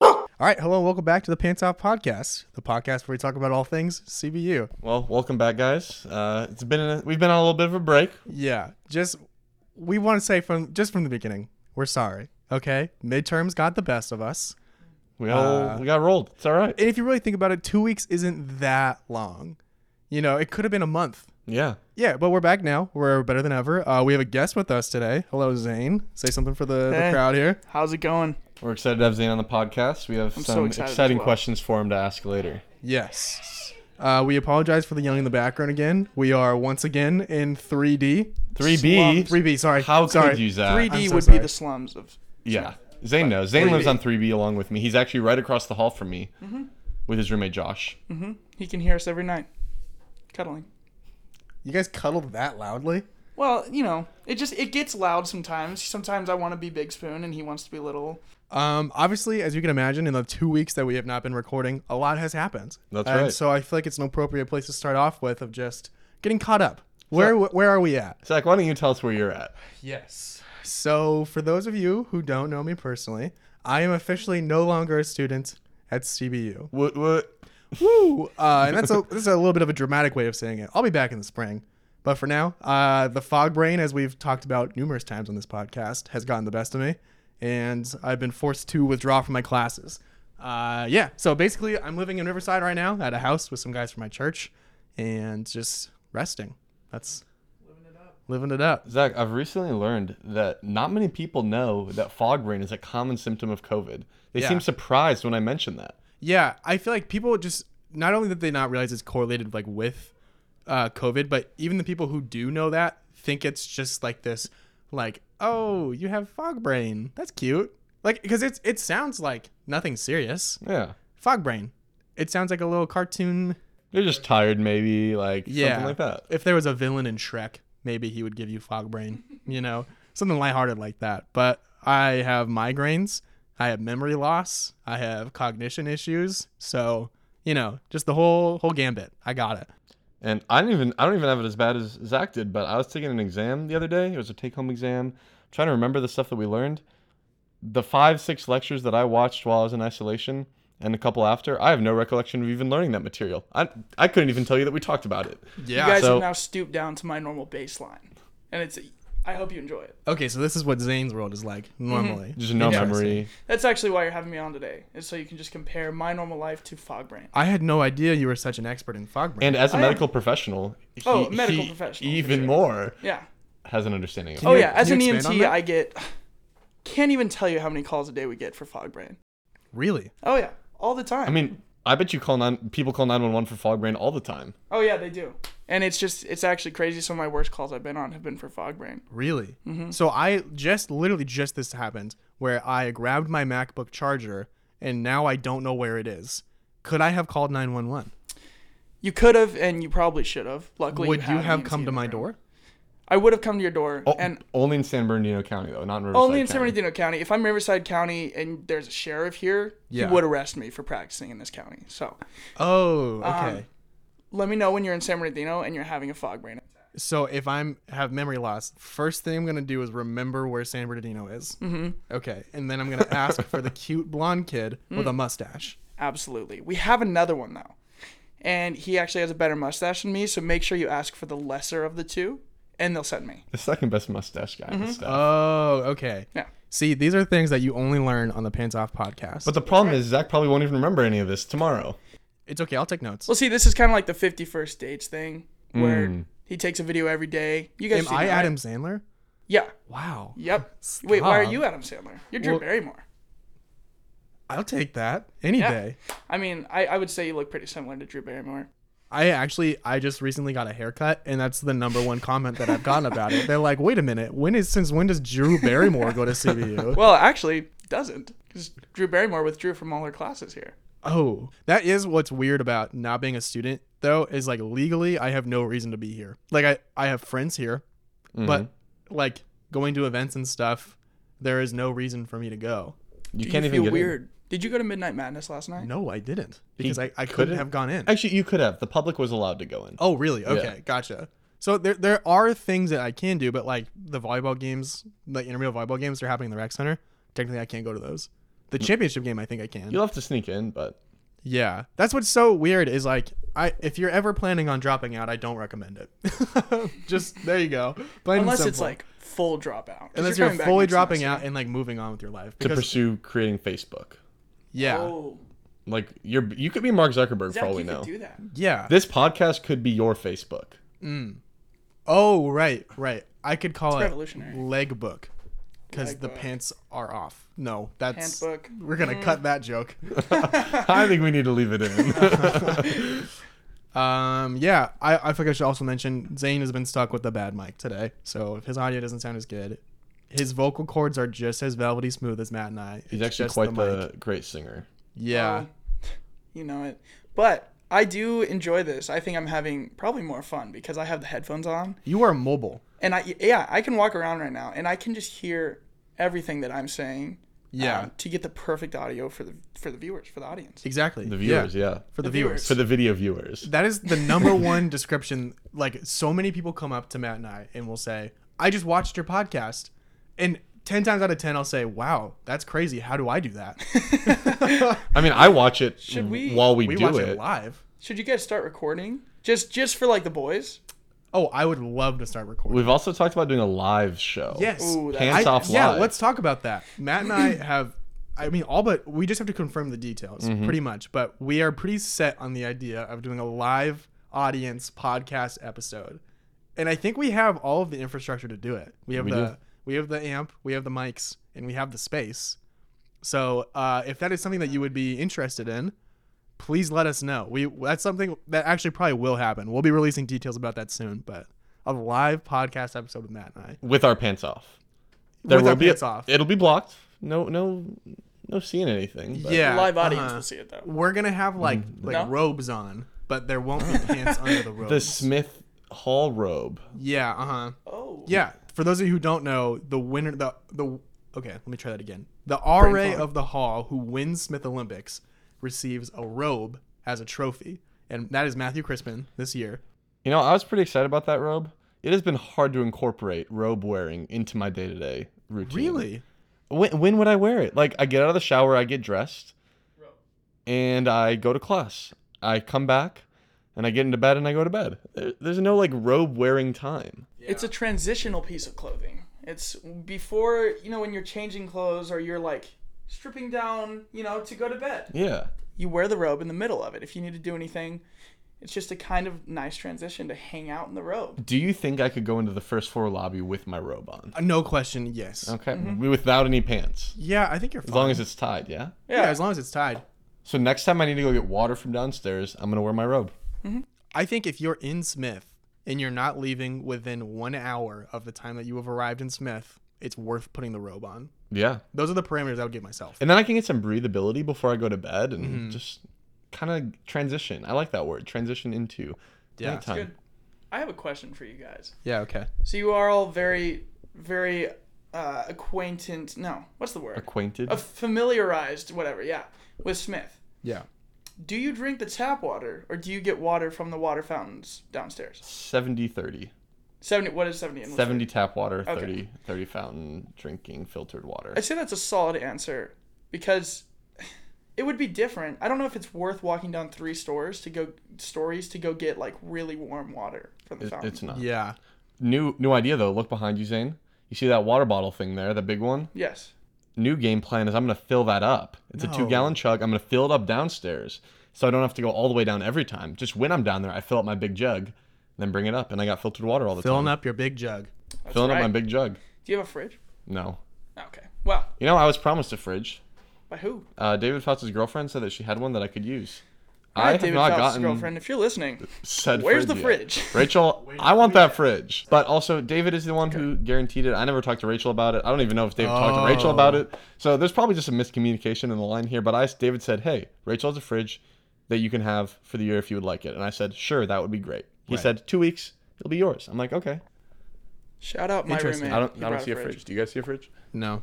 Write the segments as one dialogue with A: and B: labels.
A: All right, hello, and welcome back to the Pants Off Podcast, the podcast where we talk about all things CBU.
B: Well, welcome back, guys. Uh, it's been a, we've been on a little bit of a break.
A: Yeah, just we want to say from just from the beginning, we're sorry. Okay, midterms got the best of us,
B: We got we got rolled. It's all right.
A: and if you really think about it, two weeks isn't that long. You know, it could have been a month.
B: yeah.
A: Yeah, but we're back now. We're better than ever. Uh, we have a guest with us today. Hello, Zane. Say something for the, the
C: Hey.
A: crowd here.
C: How's it going?
B: We're excited to have Zane on the podcast. We have
C: so
B: some
C: excited as
B: exciting
C: well.
B: questions for him to ask later.
A: Yes. Uh, we apologize for the yelling in the background again. We are once again in 3D.
B: 3B.
A: 3B, sorry.
B: How could
A: sorry.
B: you, Zach?
C: 3D
A: Uh, I'm so
C: would
A: sorry.
C: be the slums of.
B: Yeah. Zane knows. Zane lives on 3B along with me. He's actually right across the hall from me with his roommate Josh.
C: He can hear us every night, cuddling.
A: You guys cuddled that loudly?
C: Well, you know, it just it gets loud sometimes. Sometimes I want to be Big Spoon and he wants to be Little.
A: Um, obviously, as you can imagine, in the two weeks that we have not been recording, a lot has happened.
B: That's
A: and
B: right.
A: So I feel like it's an appropriate place to start off with of just getting caught up. Where where are we at?
B: Zach, why don't you tell us where you're at?
A: Yes. So for those of you who don't know me personally, I am officially no longer a student at CBU.
B: What? What?
A: Woo! Uh, and that's a that's a little bit of a dramatic way of saying it. I'll be back in the spring, but for now, uh, the fog brain, as we've talked about numerous times on this podcast, has gotten the best of me, and I've been forced to withdraw from my classes. Uh, yeah, so basically, I'm living in Riverside right now at a house with some guys from my church, and just resting. That's living it up.
B: Zach, I've recently learned that not many people know that fog brain is a common symptom of COVID. They
A: Yeah.
B: seem surprised when I mention that.
A: Yeah, I feel like people just not only did they not realize it's correlated like with uh, COVID, but even the people who do know that think it's just like this, like oh you have fog brain, that's cute, like because it's it sounds like nothing serious.
B: Yeah.
A: Fog brain, it sounds like a little cartoon.
B: They're just tired, maybe, like
A: Yeah,
B: something like that.
A: If there was a villain in Shrek, maybe he would give you fog brain, you know, something lighthearted like that. But I have migraines, I have memory loss, I have cognition issues, so you know, just the whole whole gambit. I got it.
B: And I don't even I don't even have it as bad as Zach did, but I was taking an exam the other day. It was a take home exam. I'm trying to remember the stuff that we learned. The five, six lectures that I watched while I was in isolation and a couple after, I have no recollection of even learning that material. I I couldn't even tell you that we talked about it.
A: Yeah.
C: you guys
B: so-
C: have now stooped down to my normal baseline, and it's. I hope you enjoy it.
A: okay, so this is what Zane's world is like
C: Mm-hmm.
A: normally.
B: Just no
A: Interesting.
B: memory.
C: That's actually why you're having me on today, is so you can just compare my normal life to Fogbrain.
A: I had no idea you were such an expert in fog brain.
B: And as a
C: I have-
B: medical professional, he,
C: Oh, medical
B: he
C: professional, for
B: even
C: sure.
B: more
C: Yeah.
B: has an understanding of
A: Can
C: oh
A: you-
C: yeah. As
A: can
C: an
A: you expand on
C: EMT,
A: that?
C: I get. Can't even tell you how many calls a day we get for Fogbrain.
A: really?
C: Oh yeah, all the time.
B: I mean, I bet you call nine people call nine one one for fog brain all the time.
C: Oh yeah, they do. And it's just it's actually crazy. Some of my worst calls I've been on have been for fog brain.
A: Really?
C: Mm-hmm.
A: So I just literally just this happened where I grabbed my MacBook charger and now I don't know where it is. Could I have called 911?
C: You could have and you probably should have. Luckily,
A: Would you
C: an
A: have
C: EMT
A: come
C: in
A: to
C: the
A: my
C: room.
A: door?
C: I would have come to your door
B: Oh,
C: and
B: only in San Bernardino County though, not in Riverside
C: only in San
B: County.
C: Bernardino County. If I'm Riverside County and there's a sheriff here,
A: Yeah.
C: he would arrest me for practicing in this county. So
A: Oh,
C: Um,
A: okay.
C: let me know when you're in San Bernardino and you're having a fog brain.
A: so if I'm have memory loss, first thing I'm gonna do is remember where San Bernardino is. Mm-hmm. Okay, and then I'm gonna ask for the cute blonde kid with
C: Mm.
A: a mustache.
C: Absolutely. We have another one though, and he actually has a better mustache than me. So make sure you ask for the lesser of the two, and they'll send me.
B: The second best mustache guy in
C: Mm-hmm.
B: the staff.
A: Oh, okay.
C: Yeah.
A: See, these are things that you only learn on the Pants Off podcast.
B: but
A: But
B: the problem is Zach probably won't even remember any of this tomorrow.
A: it's okay. I'll take notes.
C: Well, see, this is kind of like the 51st dates thing where he takes a video every day. You guys
A: Am
C: seen
A: I
C: that,
A: Adam
C: right?
A: Sandler?
C: Yeah.
A: Wow.
C: Yep. Wait, why are
A: Stop.
C: you Adam Sandler? You're Drew
A: Well-
C: Barrymore.
A: I'll take that any
C: Yeah.
A: day.
C: I mean, I, I would say you look pretty similar to Drew Barrymore.
A: I actually, I just recently got a haircut, and that's the number one comment that I've gotten about it. They're like, "Wait a minute, when is since when does Drew Barrymore go to CBU?"
C: Well, actually, doesn't. Because Drew Barrymore withdrew from all her classes here.
A: oh, that is what's weird about not being a student, though. Is like legally, I have no reason to be here. Like I, I have friends here, but like going to events and stuff, there is no reason for me to go.
B: You
C: Do
B: can't
C: you
B: even
C: feel
B: get in.
C: weird. Did you go to Midnight Madness last night?
A: No, I didn't because I, I couldn't,
B: couldn't?
A: have gone in.
B: Actually, you could have. The public was allowed to go in.
A: Oh, really? Okay, gotcha. So there there are things that I can do, but like the volleyball games, like intramural volleyball games, they're happening in the rec center. Technically, I can't go to those. The championship game, I think I can.
B: You'll have to sneak in, but
A: Yeah, that's what's so weird is like I if you're ever planning on dropping out, I don't recommend it. Just there you go. Plain and
C: Unless it's
A: simple.
C: like full dropout. 'cause
A: unless you're,
C: coming back
A: fully
C: next
A: dropping
C: semester.
A: out and like moving on with your life
B: to
A: because
B: pursue creating Facebook.
A: yeah
C: Oh,
B: Like you're you could be Mark Zuckerberg for
C: Zach,
B: all we
C: you could
B: know.
C: do that.
A: yeah
B: This podcast could be your Facebook.
A: oh right right I could call it
C: revolutionary.
A: leg book because
C: Leg
A: the
C: book.
A: pants are off. No, that's
C: Handbook.
A: we're gonna
C: Mm.
A: cut that joke.
B: I think we need to leave it in.
A: Um, yeah, I, I think I should also mention Zane has been stuck with the bad mic today, so if his audio doesn't sound as good, his vocal cords are just as velvety smooth as Matt and I.
B: He's
A: It's
B: actually
A: just
B: quite
A: mic.
B: the, great singer.
A: yeah.
C: Oh, you know it. But I do enjoy this. I think I'm having probably more fun because I have the headphones on
A: You are mobile.
C: and I yeah, I can walk around right now and I can just hear everything that I'm saying.
A: Yeah,
C: um, to get the perfect audio for the for the viewers, for the audience.
A: exactly.
B: The viewers, yeah.
A: for the,
C: The
A: viewers.
C: viewers.
B: For the video viewers.
A: That is the number one description. Like so many people come up to Matt and I and will say, "I just watched your podcast," and ten times out of ten, I'll say, "Wow, that's crazy. How do I do that?"
B: I mean, I watch it Should
C: we-
B: while we,
A: We
B: do
A: watch
B: it.
A: it live.
C: Should you guys start recording? Just just for like the boys?
A: Oh, I would love to start recording.
B: We've also talked about doing a live show.
A: yes.
C: Ooh, that-
B: Pants
A: I-
B: off
A: Yeah,
B: live.
A: let's talk about that. Matt and I have, I mean, all but we just have to confirm the details
B: Mm-hmm.
A: pretty much, but we are pretty set on the idea of doing a live audience podcast episode. And I think we have all of the infrastructure to do it. We have
B: We
A: the
B: do.
A: we have the amp, we have the mics, and we have the space. So uh, if that is something that you would be interested in, please let us know. We that's something that actually probably will happen. We'll be releasing details about that soon, but a live podcast episode with Matt and I.
B: with our pants off. There
A: With
B: will
A: our
B: be
A: pants off.
B: It'll be blocked. No, no, no seeing anything. but-
A: Yeah,
C: the live audience
A: uh-huh.
C: will see it though.
A: We're gonna have like
B: Mm.
A: like
C: No?
A: robes on, but there won't be pants under the robes.
B: The Smith Hall robe.
A: yeah, uh huh.
C: Oh.
A: Yeah. For those of you who don't know, the winner the the okay, let me try that again. The RA
C: fog.
A: of the hall who wins Smith Olympics receives a robe as a trophy, and that is Matthew Crispin this year.
B: You know, I was pretty excited about that robe. It has been hard to incorporate robe wearing into my day to day routine.
A: Really?
B: When, when would I wear it? Like, I get out of the shower, I get dressed, and I go to class. I come back, and I get into bed, and I go to bed. There- There's no like robe wearing time.
C: It's a transitional piece of clothing. It's before, you know, when you're changing clothes or you're like stripping down, you know, to go to bed.
B: Yeah.
C: You wear the robe in the middle of it. If you need to do anything, it's just a kind of nice transition to hang out in the robe.
B: Do you think I could go into the first floor lobby with my robe on?
A: Uh, No question. Yes.
B: Okay. Without any pants.
A: Yeah, I think you're Mm-hmm. fine.
B: As long as it's tied, yeah?
A: yeah, as long as it's tied.
B: So next time I need to go get water from downstairs, I'm gonna wear my robe.
A: I think if you're in Smith and you're not leaving within one hour of the time that you have arrived in Smith, it's worth putting the robe on.
B: Yeah.
A: Those are the parameters I would give myself.
B: And then I can get some breathability before I go to bed and
A: Mm-hmm.
B: just kind of transition. I like that word, transition into
A: Yeah.
B: nighttime.
C: Good. I have a question for you guys.
A: Yeah, okay.
C: So you are all very, very uh, acquaintant. No, what's the word?
B: Acquainted.
C: Uh, familiarized, whatever, yeah, with Smith.
A: Yeah.
C: Do you drink the tap water or do you get water from the water fountains downstairs?
B: 70 30.
C: 70, what is 70? and what's
B: 70 tap water,
C: Okay.
B: 30 30 fountain drinking filtered water.
C: I say that's a solid answer because it would be different. I don't know if it's worth walking down three stores to go stories to go get like really warm water from the
B: It-
C: fountain.
B: it's not.
A: Yeah.
B: New new idea though. Look behind you, Zane. You see that water bottle thing there, that big one?
C: Yes.
B: new game plan is I'm gonna fill that up. It's a two gallon chug. I'm gonna fill it up downstairs, so I don't have to go all the way down every time. Just when I'm down there, I fill up my big jug, then bring it up, and I got filtered water all the
A: Filling
B: time.
A: up your big jug.
B: filling
C: right.
B: up my big jug.
C: Do you have a fridge?
B: No,
C: Okay. Well,
B: you know I was promised a fridge.
C: by who?
B: Uh, David Fouts' girlfriend said that she had one that I could use.
C: Hi,
B: I have
C: David
B: not
C: Faust's
B: gotten
C: girlfriend. If you're listening,
B: said.
C: where's the
B: yet.
C: fridge?
B: Rachel, I want that fridge. But also, David is the one who guaranteed it. I never talked to Rachel about it. I don't even know if David talked to Rachel about it. So there's probably just a miscommunication in the line here. But I, David said, "Hey, Rachel has a fridge that you can have for the year if you would like it." And I said, "Sure, that would be great." He said, two weeks, it'll be yours." I'm like, "Okay."
C: Shout out my
A: Interesting.
C: roommate.
B: I don't,
C: He
B: I
C: brought
B: don't see a fridge. Do you guys see a fridge?
A: No.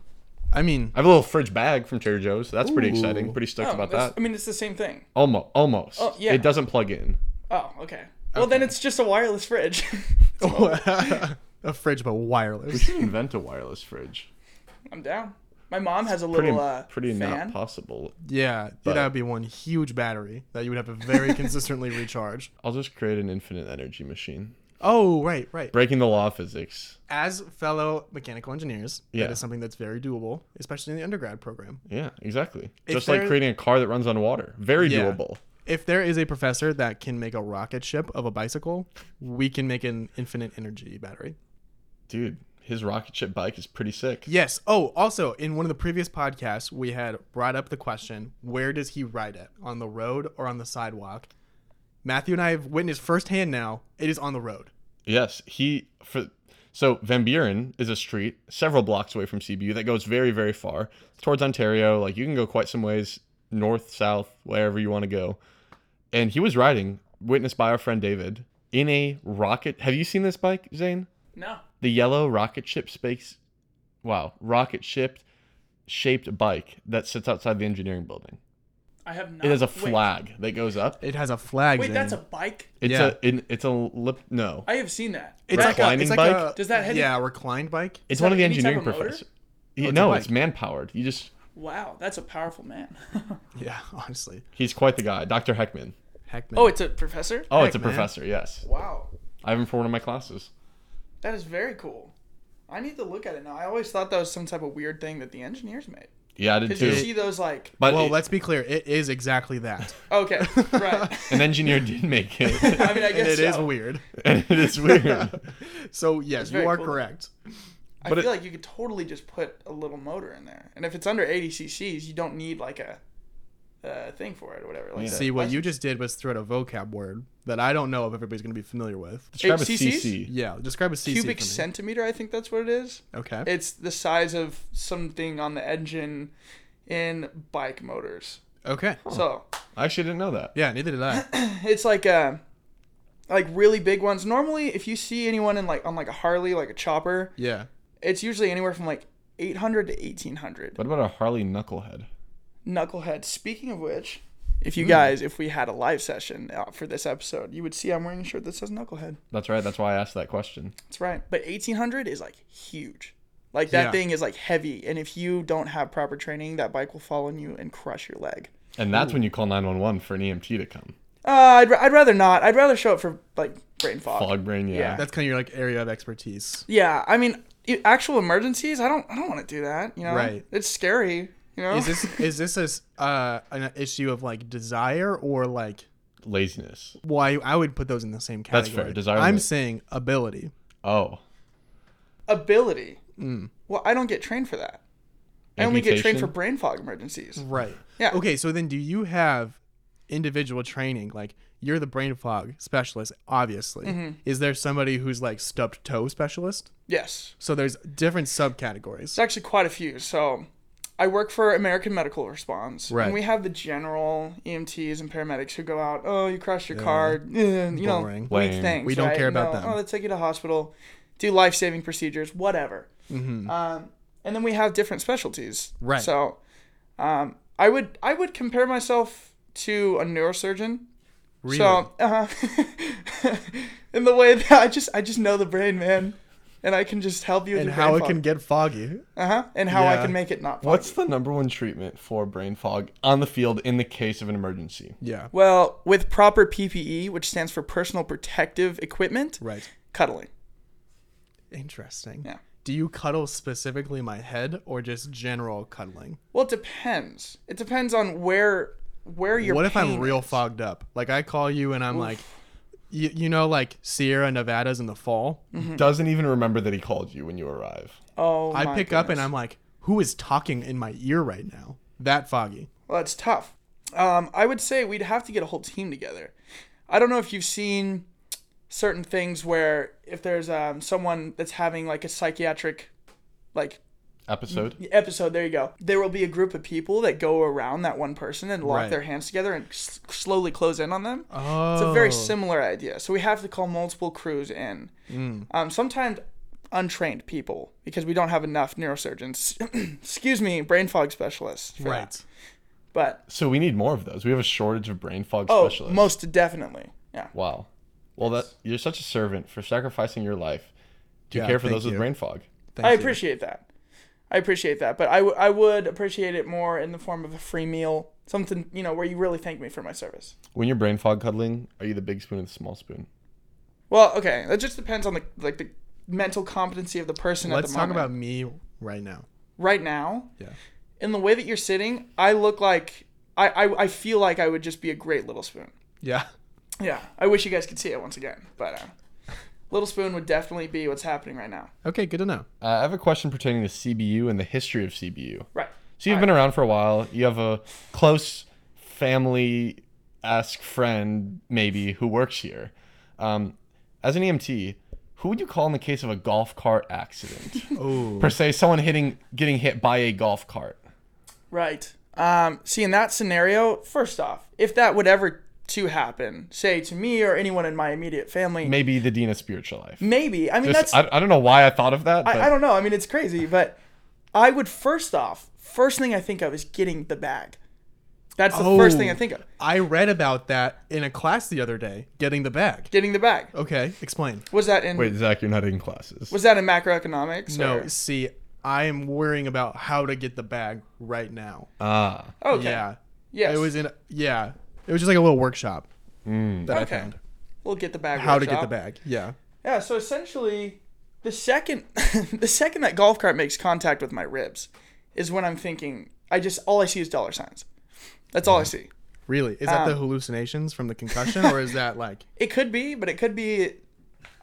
A: I mean,
B: I have a little fridge bag from Trader Joe's. That's pretty
A: Ooh.
B: exciting. Pretty stoked
C: Oh,
B: about
C: that's-
B: that.
C: I mean, it's the same thing.
B: Almost, almost.
C: Oh, yeah.
B: It doesn't plug in.
C: Oh, okay. Well, then it's just a wireless fridge.
A: a fridge, but wireless.
B: Invent a wireless fridge.
C: I'm down. My mom has a
B: Pretty,
C: little uh,
B: pretty
C: fan.
B: not possible.
A: Yeah,
B: But-
A: that would be one huge battery that you would have to very consistently recharge.
B: I'll just create an infinite energy machine,
A: Oh, right, right.
B: breaking the law of physics.
A: As fellow mechanical engineers,
B: Yeah.
A: that is something that's very doable, especially in the undergrad program.
B: Yeah, exactly.
A: If
B: just like
A: there-
B: creating a car that runs on water. Very
A: Yeah.
B: doable.
A: If there is a professor that can make a rocket ship of a bicycle, we can make an infinite energy battery.
B: Dude, his rocket ship bike is pretty sick.
A: Yes. Oh, also, in one of the previous podcasts, we had brought up the question where does he ride it? On the road or on the sidewalk? Matthew and I have witnessed firsthand now it is on the road.
B: Yes, he for so Van Buren is a street several blocks away from CBU that goes very very far towards Ontario. Like you can go quite some ways north, south, wherever you want to go. And he was riding, witnessed by our friend David, in a rocket. Have you seen this bike, Zane?
C: No.
B: The yellow rocket ship space. Wow, rocket ship shaped bike that sits outside the engineering building.
C: I have not.
B: It has a
C: Uh, Wait.
B: flag that goes up.
A: It has a flag.
C: Wait,
A: Zane.
C: that's a bike?
B: It's
A: Yeah.
B: a in, it's a lip no.
C: I have seen that.
A: it's like a,
B: reclining
A: it's like a
B: bike?
C: Does that head-
A: yeah reclined bike?
B: It's
C: that
B: one of the
C: any type
B: engineering
C: of motor?
B: professors. Yeah,
A: Oh, it's a
B: no, it's
A: bike.
B: man powered. You just
C: Wow, that's a powerful man.
A: Yeah, honestly,
B: He's quite the guy, Dr. Heckman.
A: heck man.
C: oh, it's a professor?
B: Oh, it's a
A: Heckman.
B: professor, yes.
C: Wow.
B: I have him for one of my classes.
C: That is very cool. I need to look at it now. I always thought that was some type of weird thing that the engineers made.
B: Yeah, I did
C: Did you
B: too.
C: see those like
B: But
A: well,
B: it-
A: let's be clear. It is exactly that.
C: okay, right.
B: an engineer did make it.
C: I mean I
A: And it
C: guess
A: is
C: so.
A: weird.
B: and it is weird.
A: So yes, you
C: very
A: are
C: cool.
A: correct.
C: I
B: but
C: feel
B: it-
C: like you could totally just put a little motor in there. And if it's under 80 cc's, you don't need like a uh, thing for it or whatever. Like
B: Yeah.
A: See, what you just did was throw out a vocab word that I don't know if everybody's going to be familiar with.
B: Describe a
C: HCCs?
B: CC.
A: Yeah, describe a CC
C: cubic
A: for me.
C: centimeter, I think that's what it is.
A: Okay.
C: It's the size of something on the engine in bike motors.
A: okay.
C: So
B: I actually didn't know that.
A: Yeah, neither did I.
C: it's like uh like really big ones. Normally, if you see anyone in like on like a Harley, like a chopper,
A: Yeah.
C: it's usually anywhere from like 800 to 1800.
B: What about a Harley knucklehead?
C: Knucklehead. Speaking of which, if
A: Hmm.
C: you guys, if we had a live session uh, for this episode, you would see I'm wearing a shirt that says Knucklehead.
B: That's right. That's why I asked that question.
C: That's right. But 1800 is like huge. Like that
A: Yeah.
C: thing is like heavy, and if you don't have proper training, that bike will fall on you and crush your leg.
B: And that's when you call 911 for an EMT to come.
C: Uh, I'd, ra- I'd rather not. I'd rather show up for like brain fog.
B: Fog brain, yeah.
A: That's kind of your like area of expertise.
C: Yeah, I mean, i- actual emergencies. I don't. I don't want to do that. You know,
A: Right.
C: It's scary. You know.
A: Is this is this a, s- uh, an issue of like desire or like
B: Laziness.
A: why I would put those in the same category?
B: That's fair, desire and
A: I'm
B: la-
A: saying ability.
B: Oh.
C: ability?
A: Hmm.
C: Well, I don't get trained for that. I only get trained for
B: Amputation?
C: brain fog emergencies.
A: Right.
C: Yeah.
A: Okay, so then do you have individual training? Like you're the brain fog specialist, obviously. Is there somebody who's like stubbed toe specialist?
C: Yes,
A: So there's different subcategories.
C: it's actually quite a few. So, I work for American Medical Response,
A: Right.
C: and we have the general EMTs and paramedics who go out. Oh, you crashed your car. eh, You know,
A: Boring.
C: weak
B: Lame.
C: things.
A: We don't
C: right?
A: care about
C: No,
A: them.
C: Oh, let's take you to hospital, do life saving procedures, whatever. Um, and then we have different specialties.
A: Mm-hmm. Right.
C: So, um, I would I would compare myself to a neurosurgeon.
A: Really?
C: So, uh, in the way that I just I just know the brain, man, and I can just help you with
A: and
C: your
A: how
C: brain
A: it can get foggy.
C: uh huh, and how I
A: Yeah.
C: can make it not. Foggy.
B: What's the number one treatment for brain fog on the field in the case of an emergency?
A: Yeah.
C: well with proper PPE, which stands for personal protective equipment,
A: Right.
C: cuddling.
A: Interesting.
C: Yeah.
A: Do you cuddle specifically my head or just general cuddling?
C: Well, it depends. It depends on where where your.
A: what if I'm
C: pain
A: real
C: is.
A: fogged up? Like I call you and I'm like, you, you know, like Sierra Nevada's in the fall.
B: Doesn't even remember that he called you when you arrive.
C: Oh,
A: I
C: my
A: pick up and
C: goodness.
A: I'm like, who is talking in my ear right now? That foggy.
C: Well, that's tough. Um, I would say we'd have to get a whole team together. I don't know if you've seen certain things where if there's um, someone that's having like a psychiatric like
B: Episode.
C: episode there you go there will be a group of people that go around that one person and lock
A: Right.
C: their hands together and s- slowly close in on them
A: Oh,
C: it's a very similar idea so we have to call multiple crews in
A: Mm.
C: um, sometimes untrained people because we don't have enough neurosurgeons excuse me brain fog specialists for
A: right.
C: that. but
B: So we need more of those. We have a shortage of brain fog
C: oh
B: specialists.
C: most definitely yeah
B: wow. Well, that you're such a servant for sacrificing your life to
A: Yeah,
B: care for
A: thank
B: those with
A: you.
B: brain fog.
A: Thank
C: i
A: you.
C: appreciate that I appreciate that, but I, w- I would appreciate it more in the form of a free meal, something you know where you really thank me for my service.
B: When you're brain fog cuddling, are you the big spoon or the small spoon?
C: Well, okay, that just depends on the like the mental competency of the person at
A: Let's
C: the
A: talk
C: moment.
A: about me right now.
C: right now.
A: Yeah.
C: In the way that you're sitting, I look like I, I I feel like I would just be a great little spoon.
A: Yeah.
C: Yeah, I wish you guys could see it once again, but uh, little spoon would definitely be what's happening right now.
A: Okay, good to know.
B: Uh, I have a question pertaining to CBU and the history of CBU.
C: Right.
B: So you've been around for a while. You have a close family esque friend, maybe, who works here. Um, as an EMT, who would you call in the case of a golf cart accident?
A: Oh.
B: per se, someone hitting, getting hit by a golf cart.
C: Right. Um, see, in that scenario, first off, if that would ever to happen, say to me or anyone in my immediate family, maybe.
B: Maybe the dean of spiritual life.
C: I mean,
B: Just-
C: that's. I,
B: I, I don't know why I thought of that. But
C: I, don't know. I mean, it's crazy, but I would first off, first thing I think of is getting the bag. That's the first thing I think of.
A: I read about that in a class the other day, getting the bag.
C: Getting the bag.
A: Okay, explain.
C: Was that in?
B: Wait, Zach, you're not in classes.
C: Was that in macroeconomics?
A: No,
C: or-
A: see, I am worrying about how to get the bag right now.
B: Ah,
C: Okay.
A: Yeah.
C: Yes.
A: It was in yeah. It was just like a little workshop
B: Mm.
A: that
C: Okay.
A: I found.
C: We'll get the bag.
A: How to get the
C: workshop.
A: bag. Yeah.
C: Yeah, so essentially, the second the second that golf cart makes contact with my ribs, is when I'm thinking. I just all I see is dollar signs. That's all I
A: Mm-hmm.
C: see.
A: Really? Is that the
C: Um,
A: hallucinations from the concussion or is that like
C: It could be, but it could be,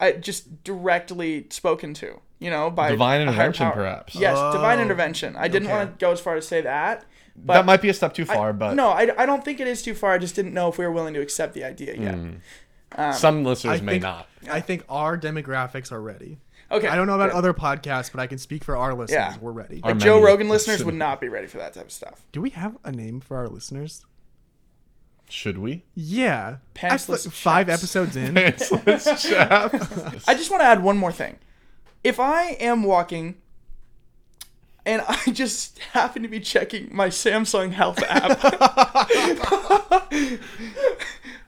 C: I just directly spoken to. You know, by
B: Divine
C: a higher
B: intervention,
C: power.
B: perhaps.
C: Yes, divine
A: Oh,
C: intervention. I didn't
A: okay.
C: want to go as far as say that. But
B: that might be a step too far, but
C: no, I, I don't think it is too far. I just didn't know if we were willing to accept the idea yet.
B: Mm. some listeners
A: I
B: may
A: think-
B: not.
A: I think our demographics are ready.
C: Okay.
A: I don't know about other podcasts, but I can speak for our listeners.
C: Yeah.
A: We're ready.
B: Our
C: Joe
B: many
C: Rogan listeners
B: listen-
C: would not be ready for that type of stuff.
A: Do we have a name for our listeners?
B: Should we?
A: Yeah.
C: Pantsless
A: Actually, five
C: chaps.
A: episodes in.
B: Pantsless chaps.
C: I just want to add one more thing. If I am walking and I just happen to be checking my Samsung Health app,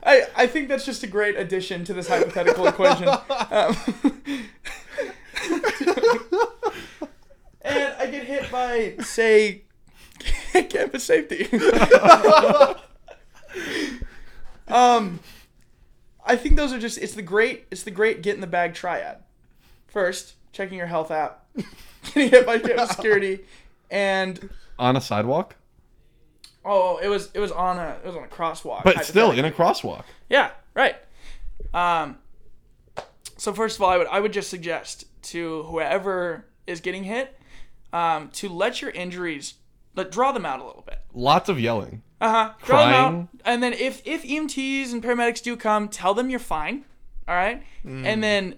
C: I, I think that's just a great addition to this hypothetical equation. Um, and I get hit by, say, campus safety. um, I think those are just it's the great it's the great get in the bag triad. First, checking your health app, getting hit by campus security, and
B: On a sidewalk?
C: oh, it was it was on a it was on a crosswalk.
B: But still
C: hypothetically.
B: in a crosswalk.
C: yeah, right. Um, so first of all, I would I would just suggest to whoever is getting hit, um, to let your injuries let draw them out a little bit.
B: Lots of yelling.
C: Uh huh. Draw them out,
B: Crying.
C: and then if if EMTs and paramedics do come, tell them you're fine. All right, and then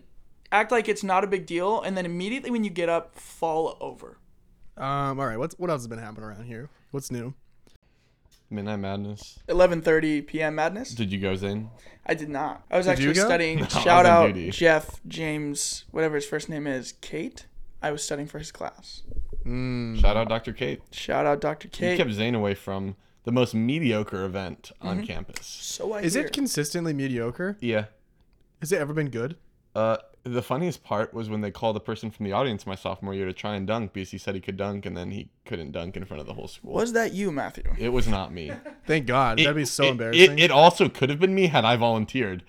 C: act like it's not a big deal, and then immediately when you get up, fall over.
A: Um, all right, what's what else has been happening around here? What's new?
B: Midnight Madness.
C: 11:30 p.m. Madness.
B: Did you go in?
C: I did not. I was
A: you
C: actually
A: go?
C: studying.
B: No, I was on
C: shout out
B: duty.
C: Jeff James, whatever his first name is, Kate. I was studying for his class.
A: Mm,
B: Shout out Dr. Kate.
C: Shout out Dr.
B: He
C: Kate.
B: kept Zane away from the most mediocre event on campus.
C: so I
A: is
C: hear.
A: it consistently mediocre?
B: Yeah.
A: Has it ever been good?
B: Uh, the funniest part was when they called a person from the audience my sophomore year to try and dunk because he said he could dunk and then he couldn't dunk in front of the whole school.
C: was that you, Matthew?
B: It was not me.
A: Thank God.
B: It-
A: That'd be so
B: it-
A: embarrassing.
B: It, it also could have been me had I volunteered,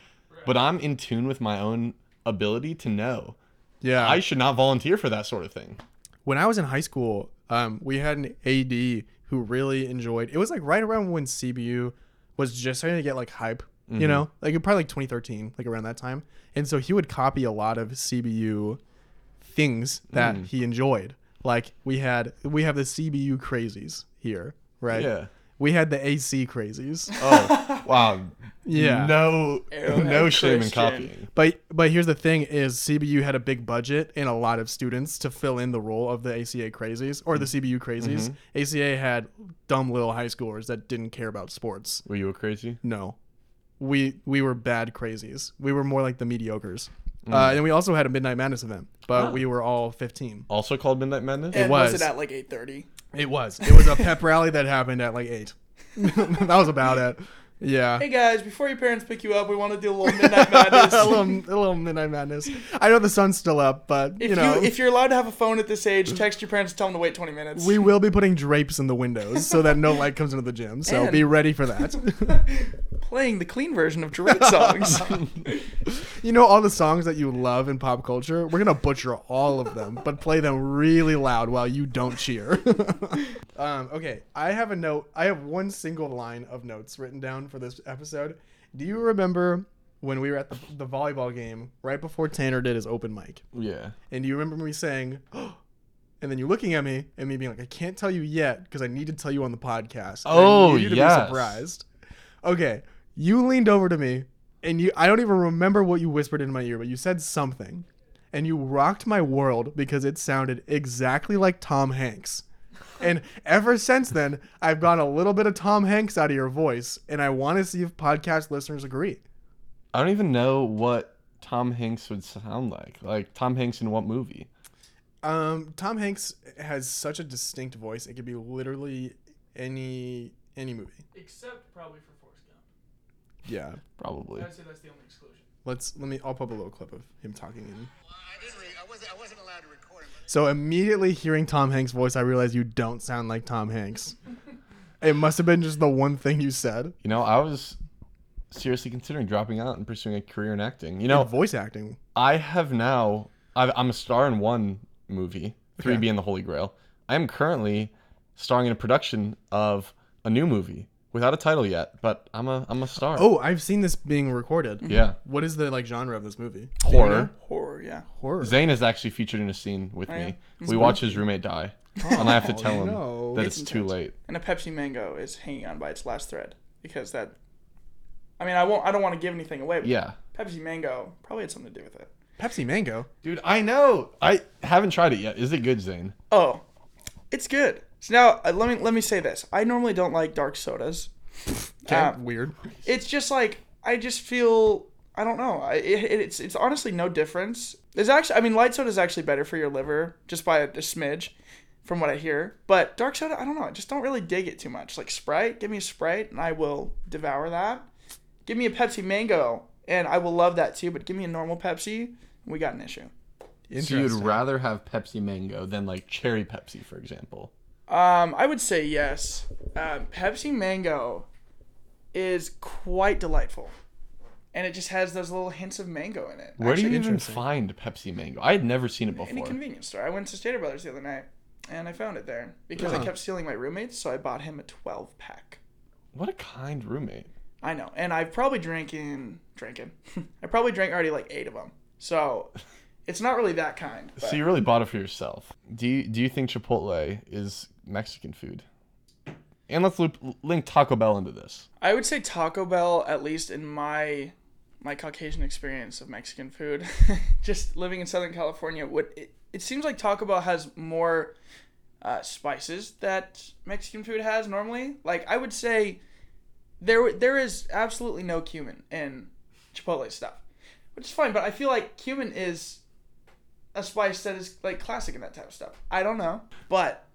B: but I'm in tune with my own ability to know
A: yeah.
B: I should not volunteer for that sort of thing.
A: when I was in high school, um, we had an AD who really enjoyed. It was like right around when CBU was just starting to get like hype,
B: Mm-hmm.
A: you know, like probably like 2013, like around that time. And so he would copy a lot of CBU things that
B: Mm.
A: he enjoyed. Like we had, we have the CBU crazies here, right?
B: Yeah.
A: We had the AC crazies.
B: Oh wow!
A: Yeah.
B: No,
C: Arrowhead
B: no shame in
C: Christian.
B: copying.
A: But but here's the thing: is CBU had a big budget and a lot of students to fill in the role of the ACA crazies or the CBU crazies. ACA had dumb little high schoolers that didn't care about sports.
B: Were you a crazy?
A: No, we we were bad crazies. We were more like the mediocres. Uh, and we also had a Midnight Madness event, but we were all 15.
B: Also called Midnight Madness.
C: And was.
A: was.
C: it at like 8:30?
A: It was it was a pep rally that happened at like eight. that was about it. Yeah.
C: Hey guys, before your parents pick you up, we want to do a little midnight madness.
A: a little, a little midnight madness. I know the sun's still up, but
C: if
A: you know,
C: if you're allowed to have a phone at this age, text your parents and tell them to wait 20 minutes.
A: we will be putting drapes in the windows so that no light comes into the gym. So
C: And-
A: be ready for that.
C: playing the clean version of Drake songs.
A: you know, all the songs that you love in pop culture, we're gonna butcher all of them, but play them really loud while you don't cheer. um, okay, I have a note. I have one single line of notes written down for this episode. Do you remember when we were at the, the volleyball game right before Tanner did his open mic?
B: Yeah.
A: and you remember me saying, oh, and then you looking at me and me being like, I can't tell you yet because I need to tell you on the podcast. and I
B: Oh,
A: need you to
B: yes.
A: be surprised. Okay, you leaned over to me and you, I don't even remember what you whispered in my ear, but you said something, and you rocked my world because it sounded exactly like Tom Hanks. And ever since then, I've gone a little bit of Tom Hanks out of your voice, and I want to see if podcast listeners agree.
B: I don't even know what Tom Hanks would sound like. Like Tom Hanks in what movie?
A: Um, Tom Hanks has such a distinct voice; it could be literally any any movie.
C: Except probably for Forrest Gump.
A: Yeah.
B: Probably.
C: say that's the only exclusion.
A: Let's let me. I'll put up a little clip of him talking. In.
D: I didn't. re- I wasn't. I wasn't allowed to record him.
A: So immediately hearing Tom Hanks' voice, I realized you don't sound like Tom Hanks. it must have been just the one thing you said.
B: You know, I was seriously considering dropping out and pursuing a career in acting. You know,
A: Voice acting.
B: I have now. I've, I'm a star in one movie, Three
A: Okay.
B: B and the Holy Grail. I am currently starring in a production of a new movie without a title yet, but I'm a I'm a star.
A: Oh, I've seen this being recorded.
B: yeah,
A: What is the like genre of this movie?
B: horror.
C: Horror, yeah.
A: Horror.
B: Zane is actually featured in a scene with
C: Oh, yeah?
B: me. We watch his roommate die, and I have to tell him
A: no.
B: that
A: It's
B: it's, too
C: intense.
B: late.
C: And a Pepsi Mango is hanging on by its last thread because that. I mean, I won't. I don't want to give anything away. But
B: Yeah,
C: Pepsi Mango probably had something to do with it.
A: Pepsi Mango.
B: dude, I know. I haven't tried it yet. Is it good, Zane?
C: Oh, it's good. So now uh, let me let me say this. I normally don't like dark sodas.
A: Okay,
C: Uh,
A: weird.
C: it's just like I just feel I don't know. I, it, it- it's it's honestly no difference. There's actually I mean light soda is actually better for your liver just by a, smidge, from what I hear. But dark soda I don't know. I just don't really dig it too much. Like Sprite, give me a Sprite and I will devour that. Give me a Pepsi Mango and I will love that too. But give me a normal Pepsi, we got an issue.
B: So you'd
A: Interesting.
B: rather have Pepsi Mango than like cherry Pepsi, for example.
C: Um, I would say yes. Um, Pepsi Mango is quite delightful, and it just has those little hints of mango in it.
B: Where do
C: Actually,
B: you even
A: interesting.
B: find Pepsi Mango? I had never seen it
C: in a
B: before.
C: convenience store. I went to Stater Brothers the other night, and I found it there because I
A: Huh.
C: kept stealing my roommates, so I bought him a 12 pack.
B: What a kind roommate.
C: I know, and I've probably drinking drinking. I probably drank already like eight of them, so it's not really that kind. But
B: So you really bought it for yourself. Do you do you think Chipotle is Mexican food? And let's loop, link Taco Bell into this.
C: I would say Taco Bell, at least in my my Caucasian experience of Mexican food, just living in Southern California, would it, it seems like Taco Bell has more uh, spices that Mexican food has normally. Like I would say, there there is absolutely no cumin in Chipotle stuff, which is fine. But I feel like cumin is a spice that is like classic in that type of stuff. I don't know, but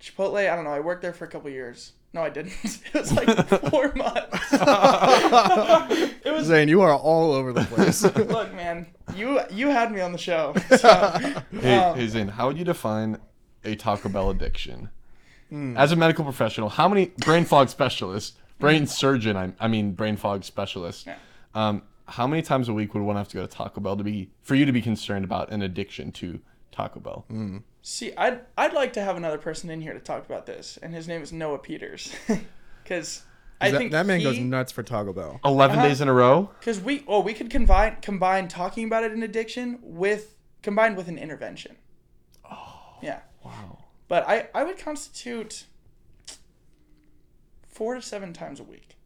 C: Chipotle, I don't know. I worked there for a couple years. No, I didn't. It was like four months. it was
A: Zane, you are all over the place.
C: look, man. You you had me on the show. So.
B: Hey,
C: Oh.
B: hey Zane, how would you define a Taco Bell addiction? Hmm. As a medical professional, how many brain fog specialists, brain surgeon, I, I mean brain fog specialist,
C: Yeah.
B: um, how many times a week would one have to go to Taco Bell to be for you to be concerned about an addiction to Taco Bell?
C: Hmm. See, I'd I'd like to have another person in here to talk about this, and his name is Noah Peters, because I
A: that,
C: think
A: that man
C: he,
A: goes nuts for Taco Bell.
B: 11
C: Uh-huh.
B: days in a row?
C: Because we oh we could combine combine talking about it in addiction with combined with an intervention. Oh. Yeah.
B: Wow.
C: But I, I would constitute four to seven times a week.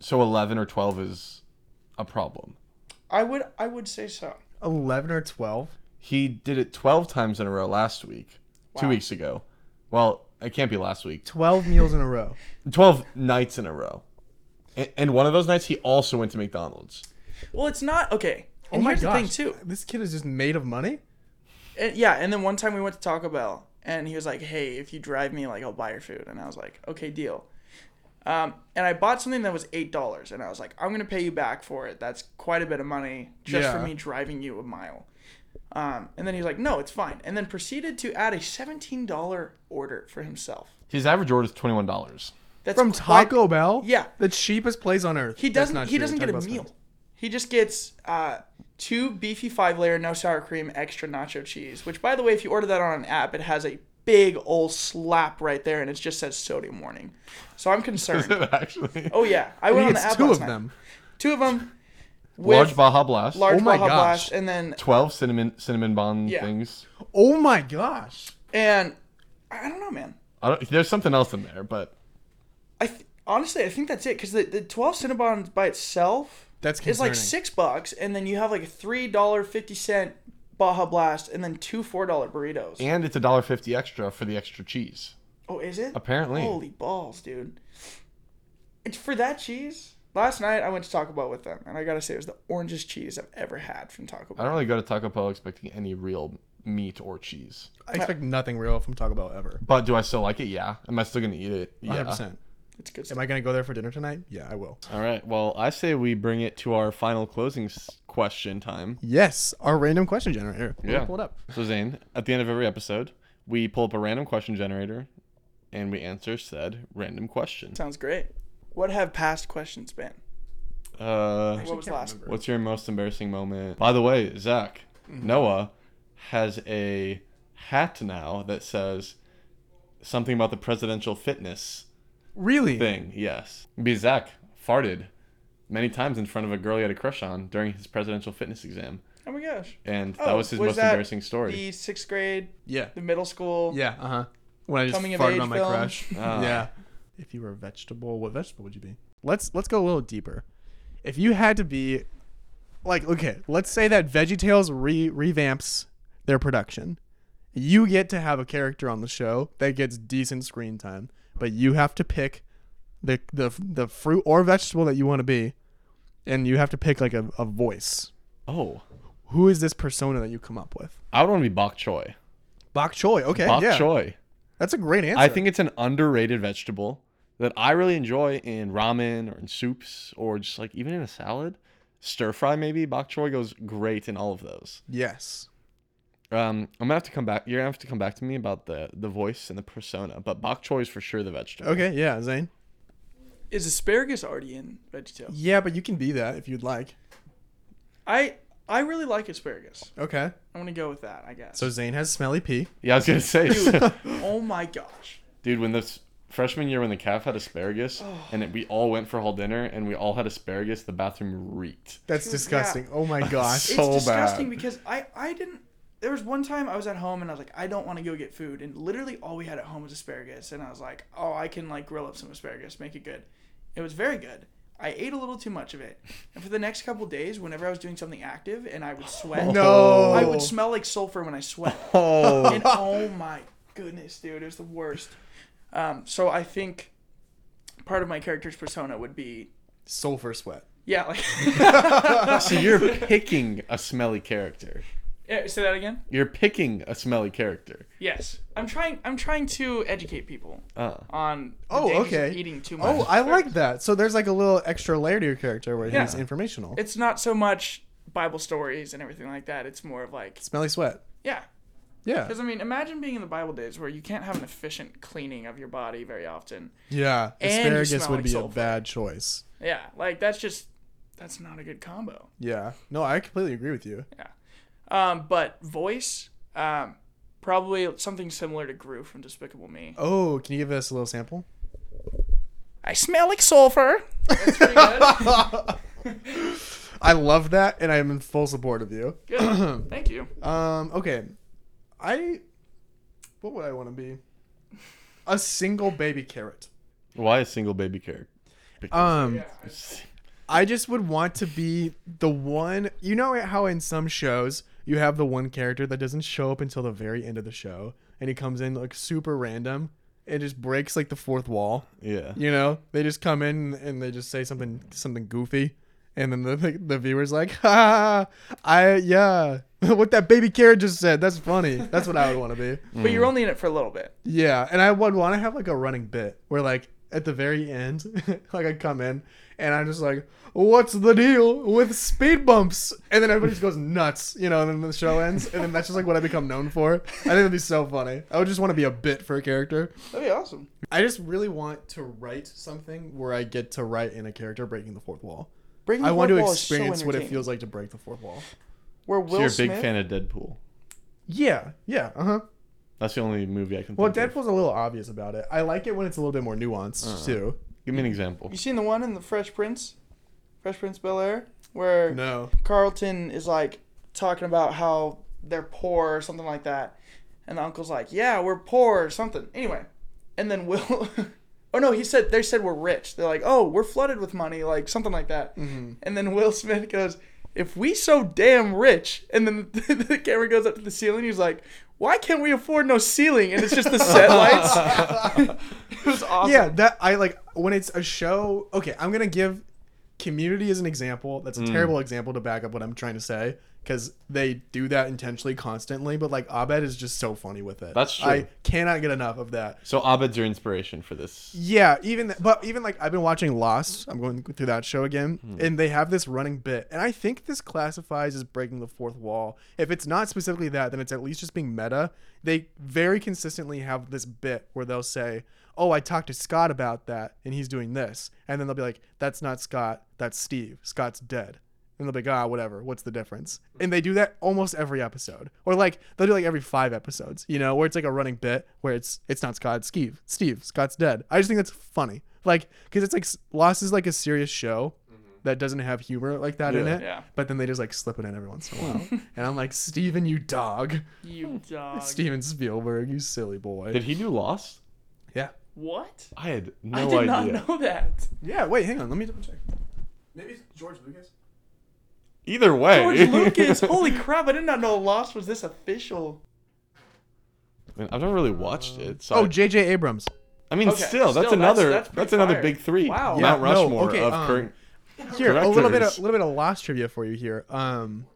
B: So 11 or 12 is a problem.
C: I would I would say so.
A: Eleven or twelve.
B: He did it 12 times in a row last week, two
C: Wow.
B: weeks ago. Well, it can't be last week.
A: 12 meals in a row.
B: 12 nights in a row. And, and one of those nights, he also went to McDonald's.
C: Well, it's not okay.
A: Oh
C: And
A: my
C: here's
A: gosh.
C: the thing too.
A: This kid is just made of money?
C: And- yeah, and then one time we went to Taco Bell, and he was like, "Hey, if you drive me, like I'll buy your food," and I was like, "Okay, deal." Um, and I bought something that was eight dollars, and I was like, I'm gonna pay you back for it. That's quite a bit of money just for
A: Yeah.
C: me driving you a mile. Um, and then he was like, No, it's fine. And then proceeded to add a seventeen dollar order for himself.
B: His average order is twenty one dollars.
C: That's
A: From
C: quite-
A: Taco Bell?
C: Yeah.
A: The cheapest place on earth.
C: He
A: That's
C: doesn't.
A: not
C: He
A: true.
C: doesn't get
A: Taco
C: a
A: Bell's
C: meal.
A: fine.
C: He just gets uh, two beefy five layer, no sour cream, extra nacho cheese. Which, by the way, if you order that on an app, it has a big old slap right there, and it just says sodium warning. So I'm concerned.
B: Actually,
C: oh yeah, I
A: He
C: went on the
A: gets
C: app
A: two
C: last
A: of
C: night.
A: them.
C: Two of them.
B: large Baja Blast,
C: large
A: Oh my
C: Baja
A: gosh.
C: Blast, and then
B: twelve cinnamon cinnamon bun
C: Yeah.
B: things.
A: Oh my gosh.
C: and I don't know, man.
B: I don't, there's something else in there, but
C: I th- honestly, I think that's it because the, the twelve Cinnabons by itself
A: That's
C: is like
A: concerning.
C: six bucks, and then you have like a three dollar fifty cent Baja Blast, and then two four dollar burritos.
B: and it's a dollar fifty extra for the extra cheese.
C: oh, is it?
B: Apparently.
C: holy balls, dude! It's for that cheese. Last night I went to Taco Bell with them, and I gotta say it was the orangest cheese I've ever had from Taco
B: I
C: Bell.
B: don't really go to Taco Bell expecting any real meat or cheese.
A: I expect nothing real from Taco Bell ever.
B: But do I still like it? Yeah. Am I still gonna eat it? Yeah.
A: 100%.
C: It's good
A: Am
C: stuff.
A: I going to go there for dinner tonight? Yeah, I will.
B: All right. Well, I say we bring it to our final closing s- question time.
A: Yes, our random question generator. We're gonna
B: Yeah.
A: Pull it up.
B: So Zane, at the end of every episode, we pull up a random question generator, and we answer said random question.
C: Sounds great. What have past questions been?
B: Uh,
C: What was last?
B: what's your most embarrassing moment? By the way, Zach,
C: Mm-hmm.
B: Noah has a hat now that says something about the presidential fitness
A: Really?
B: thing. Yes, be Zach farted many times in front of a girl he had a crush on during his presidential fitness exam,
C: Oh my gosh!
B: and that
C: Oh,
B: was his
C: was
B: most
C: that
B: embarrassing story.
C: The sixth grade,
A: Yeah.
C: the middle school.
A: Yeah, uh huh. When I just
C: Coming of
A: farted
C: age
A: on my
C: film.
A: crush.
B: Ah.
A: yeah. If you were a vegetable, what vegetable would you be? Let's let's go a little deeper. If you had to be, like, okay, let's say that VeggieTales re revamps their production. You get to have a character on the show that gets decent screen time, but you have to pick the the the fruit or vegetable that you want to be, and you have to pick like a, a voice.
B: Oh,
A: Who is this persona that you come up with?
B: I would want to be bok choy.
A: Bok choy.
C: Eh,
A: Okay,
B: Bok
A: yeah,
B: choy.
A: that's a great answer.
B: I think it's an underrated vegetable that I really enjoy in ramen or in soups or just like even in a salad. Stir fry maybe. Bok choy goes great in all of those.
A: yes.
B: Um, I'm gonna have to come back. You're gonna have to come back to me about the the voice and the persona, but bok choy is for sure the vegetable.
A: Okay, yeah, Zane.
C: Is asparagus already in VeggieTales?
A: Yeah, but you can be that if you'd like.
C: I I really like asparagus.
A: Okay.
C: I'm gonna go with that, I guess.
A: So Zane has smelly pee.
B: Yeah, I was gonna say,
C: Dude. oh my gosh.
B: dude, when this freshman year when the calf had asparagus and it, we all went for hall dinner and we all had asparagus, the bathroom reeked.
A: That's
C: Dude,
A: disgusting.
C: yeah.
A: Oh my
B: So
A: gosh.
C: It's
B: bad.
C: disgusting because I I didn't there was one time I was at home and I was like, I don't want to go get food and literally all we had at home was asparagus and I was like, Oh, I can like grill up some asparagus, make it good. It was very good. I ate a little too much of it. And for the next couple days, whenever I was doing something active and I would sweat,
A: No.
C: I would smell like sulfur when I sweat.
B: Oh,
C: and oh my goodness, dude, it was the worst. Um, so I think part of my character's persona would be
A: Sulfur sweat.
C: yeah, like
B: so you're picking a smelly character.
C: Eh, say that again.
B: You're picking a smelly character.
C: Yes, I'm trying. I'm trying to educate people
B: Uh,
C: on the
A: Oh,
C: dangers
A: okay.
C: of eating too much.
A: Oh, I like that. So there's like a little extra layer to your character where he's
C: Yeah.
A: informational.
C: It's not so much Bible stories and everything like that. It's more of like
A: smelly sweat.
C: yeah,
A: Yeah.
C: because I mean, imagine being in the Bible days where you can't have an efficient cleaning of your body very often.
A: Yeah.
C: And you
A: Asparagus
C: smell
A: would
C: like
A: be a
C: sulfur.
A: bad choice.
C: Yeah, like that's just that's not a good combo.
A: Yeah. No, I completely agree with you.
C: Um, but voice, um, probably something similar to Gru from Despicable Me.
A: Oh, can you give us a little sample?
C: I smell like sulfur. That's pretty good.
A: I love that and I'm in full support of you.
C: good. Thank you.
A: Um, okay. I what would I want to be? A single baby carrot.
B: why a single baby carrot?
A: Um
B: Because-
A: I just would want to be the one. You know how in some shows you have the one character that doesn't show up until the very end of the show, and he comes in like super random and just breaks like the fourth wall.
B: Yeah.
A: You know, they just come in and they just say something something goofy, and then the the, the viewers like, ha, I yeah, what that baby carrot just said. That's funny. That's what I would want to be.
C: But you're only in it for a little bit.
A: Yeah, and I would want to have like a running bit where like at the very end, like I come in and I'm just like, "What's the deal with speed bumps?" And then everybody just goes nuts, you know. And then the show ends, and then that's just like what I become known for. I think that'd be so funny. I would just want to be a bit for a character.
C: That'd be awesome.
A: I just really want to write something where I get to write in a character breaking the fourth wall.
C: Breaking
A: I
C: the
A: want
C: fourth
A: to
C: wall is so
A: experience what it
C: entertaining.
A: feels like to break the fourth wall.
C: Where
B: So
C: Will
B: you're a
C: Smith,
B: big fan of Deadpool.
A: Yeah, yeah, uh huh.
B: That's the only movie I can.
A: Well,
B: think of.
A: Deadpool's a little obvious about it. I like it when it's a little bit more nuanced
C: Uh-huh.
A: too.
B: Give me an example.
C: You seen the one in the Fresh Prince, Fresh Prince Bel Air, where
A: No,
C: Carlton is like talking about how they're poor or something like that, and the uncle's like, "Yeah, we're poor" or something. Anyway, and then Will, oh no, he said they said we're rich. They're like, "Oh, we're flooded with money," like something like that. And then Will Smith goes, "If we so damn rich," and then the, the camera goes up to the ceiling. He's like, "Why can't we afford no ceiling?" And it's just the set lights. it was awesome.
A: yeah, that I like when it's a show. Okay, I'm gonna give Community as an example. That's a
B: Mm.
A: terrible example to back up what I'm trying to say because they do that intentionally, constantly. But like Abed is just so funny with it.
B: That's true.
A: I cannot get enough of that.
B: So Abed's your inspiration for this.
A: Yeah, even th- but even like I've been watching Lost. I'm going through that show again, and they have this running bit, and I think this classifies as breaking the fourth wall. If it's not specifically that, then it's at least just being meta. They very consistently have this bit where they'll say, "Oh, I talked to Scott about that, and he's doing this," and then they'll be like, "That's not Scott. That's Steve. Scott's dead." And they'll be like, ah, whatever. What's the difference? And they do that almost every episode, or like they'll do like every five episodes, you know, where it's like a running bit where it's it's not Scott, it's Steve. Steve, Scott's dead. I just think that's funny, like because it's like s- Lost is like a serious show that doesn't have humor like that in
B: Yeah.
A: it.
C: Yeah.
A: But then they just like slip it in every once in a while, and I'm like, Steven, you dog,
C: You dog.
A: Steven Spielberg, you silly boy.
B: Did he do Lost?
A: yeah.
C: What?
B: I had no
C: I did
B: idea.
C: not know that.
A: Yeah. Wait, hang on. Let me double check. Maybe it's George Lucas.
B: Either way,
C: George Oh, Lucas. Holy crap! I did not know Lost was this official.
B: I mean, I've never really watched it. So
A: Oh,
B: I-
A: J.J. Abrams.
B: I mean,
C: Okay,
B: still, that's
C: still, that's-
B: another
C: that's
B: that's,
C: pretty
B: another
C: fire.
B: big three.
C: Wow.
B: Mount
A: Yeah, no,
B: Rushmore
A: okay,
B: of
A: um,
B: current.
A: here a little bit
B: directors.
A: a little bit of lost trivia for you here um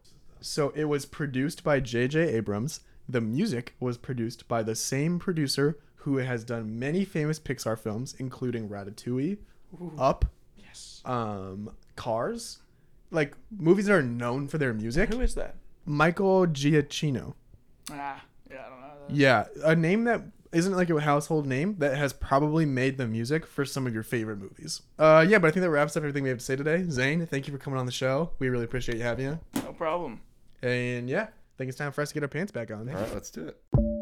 A: so it was produced by jj abrams the music was produced by the same producer who has done many famous pixar films including ratatouille up
C: Yes.
A: um cars like movies that are known for their music
C: Who is that?
A: michael giacchino
C: Ah, yeah, I don't know. That-
A: yeah a name that isn't like a household name that has probably made the music for some of your favorite movies. Uh, yeah, but I think that wraps up everything we have to say today. Zane, thank you for coming on the show. We really appreciate you having you.
C: No problem.
A: And yeah, I think it's time for us to get our pants back on. eh?
B: All right, let's do it.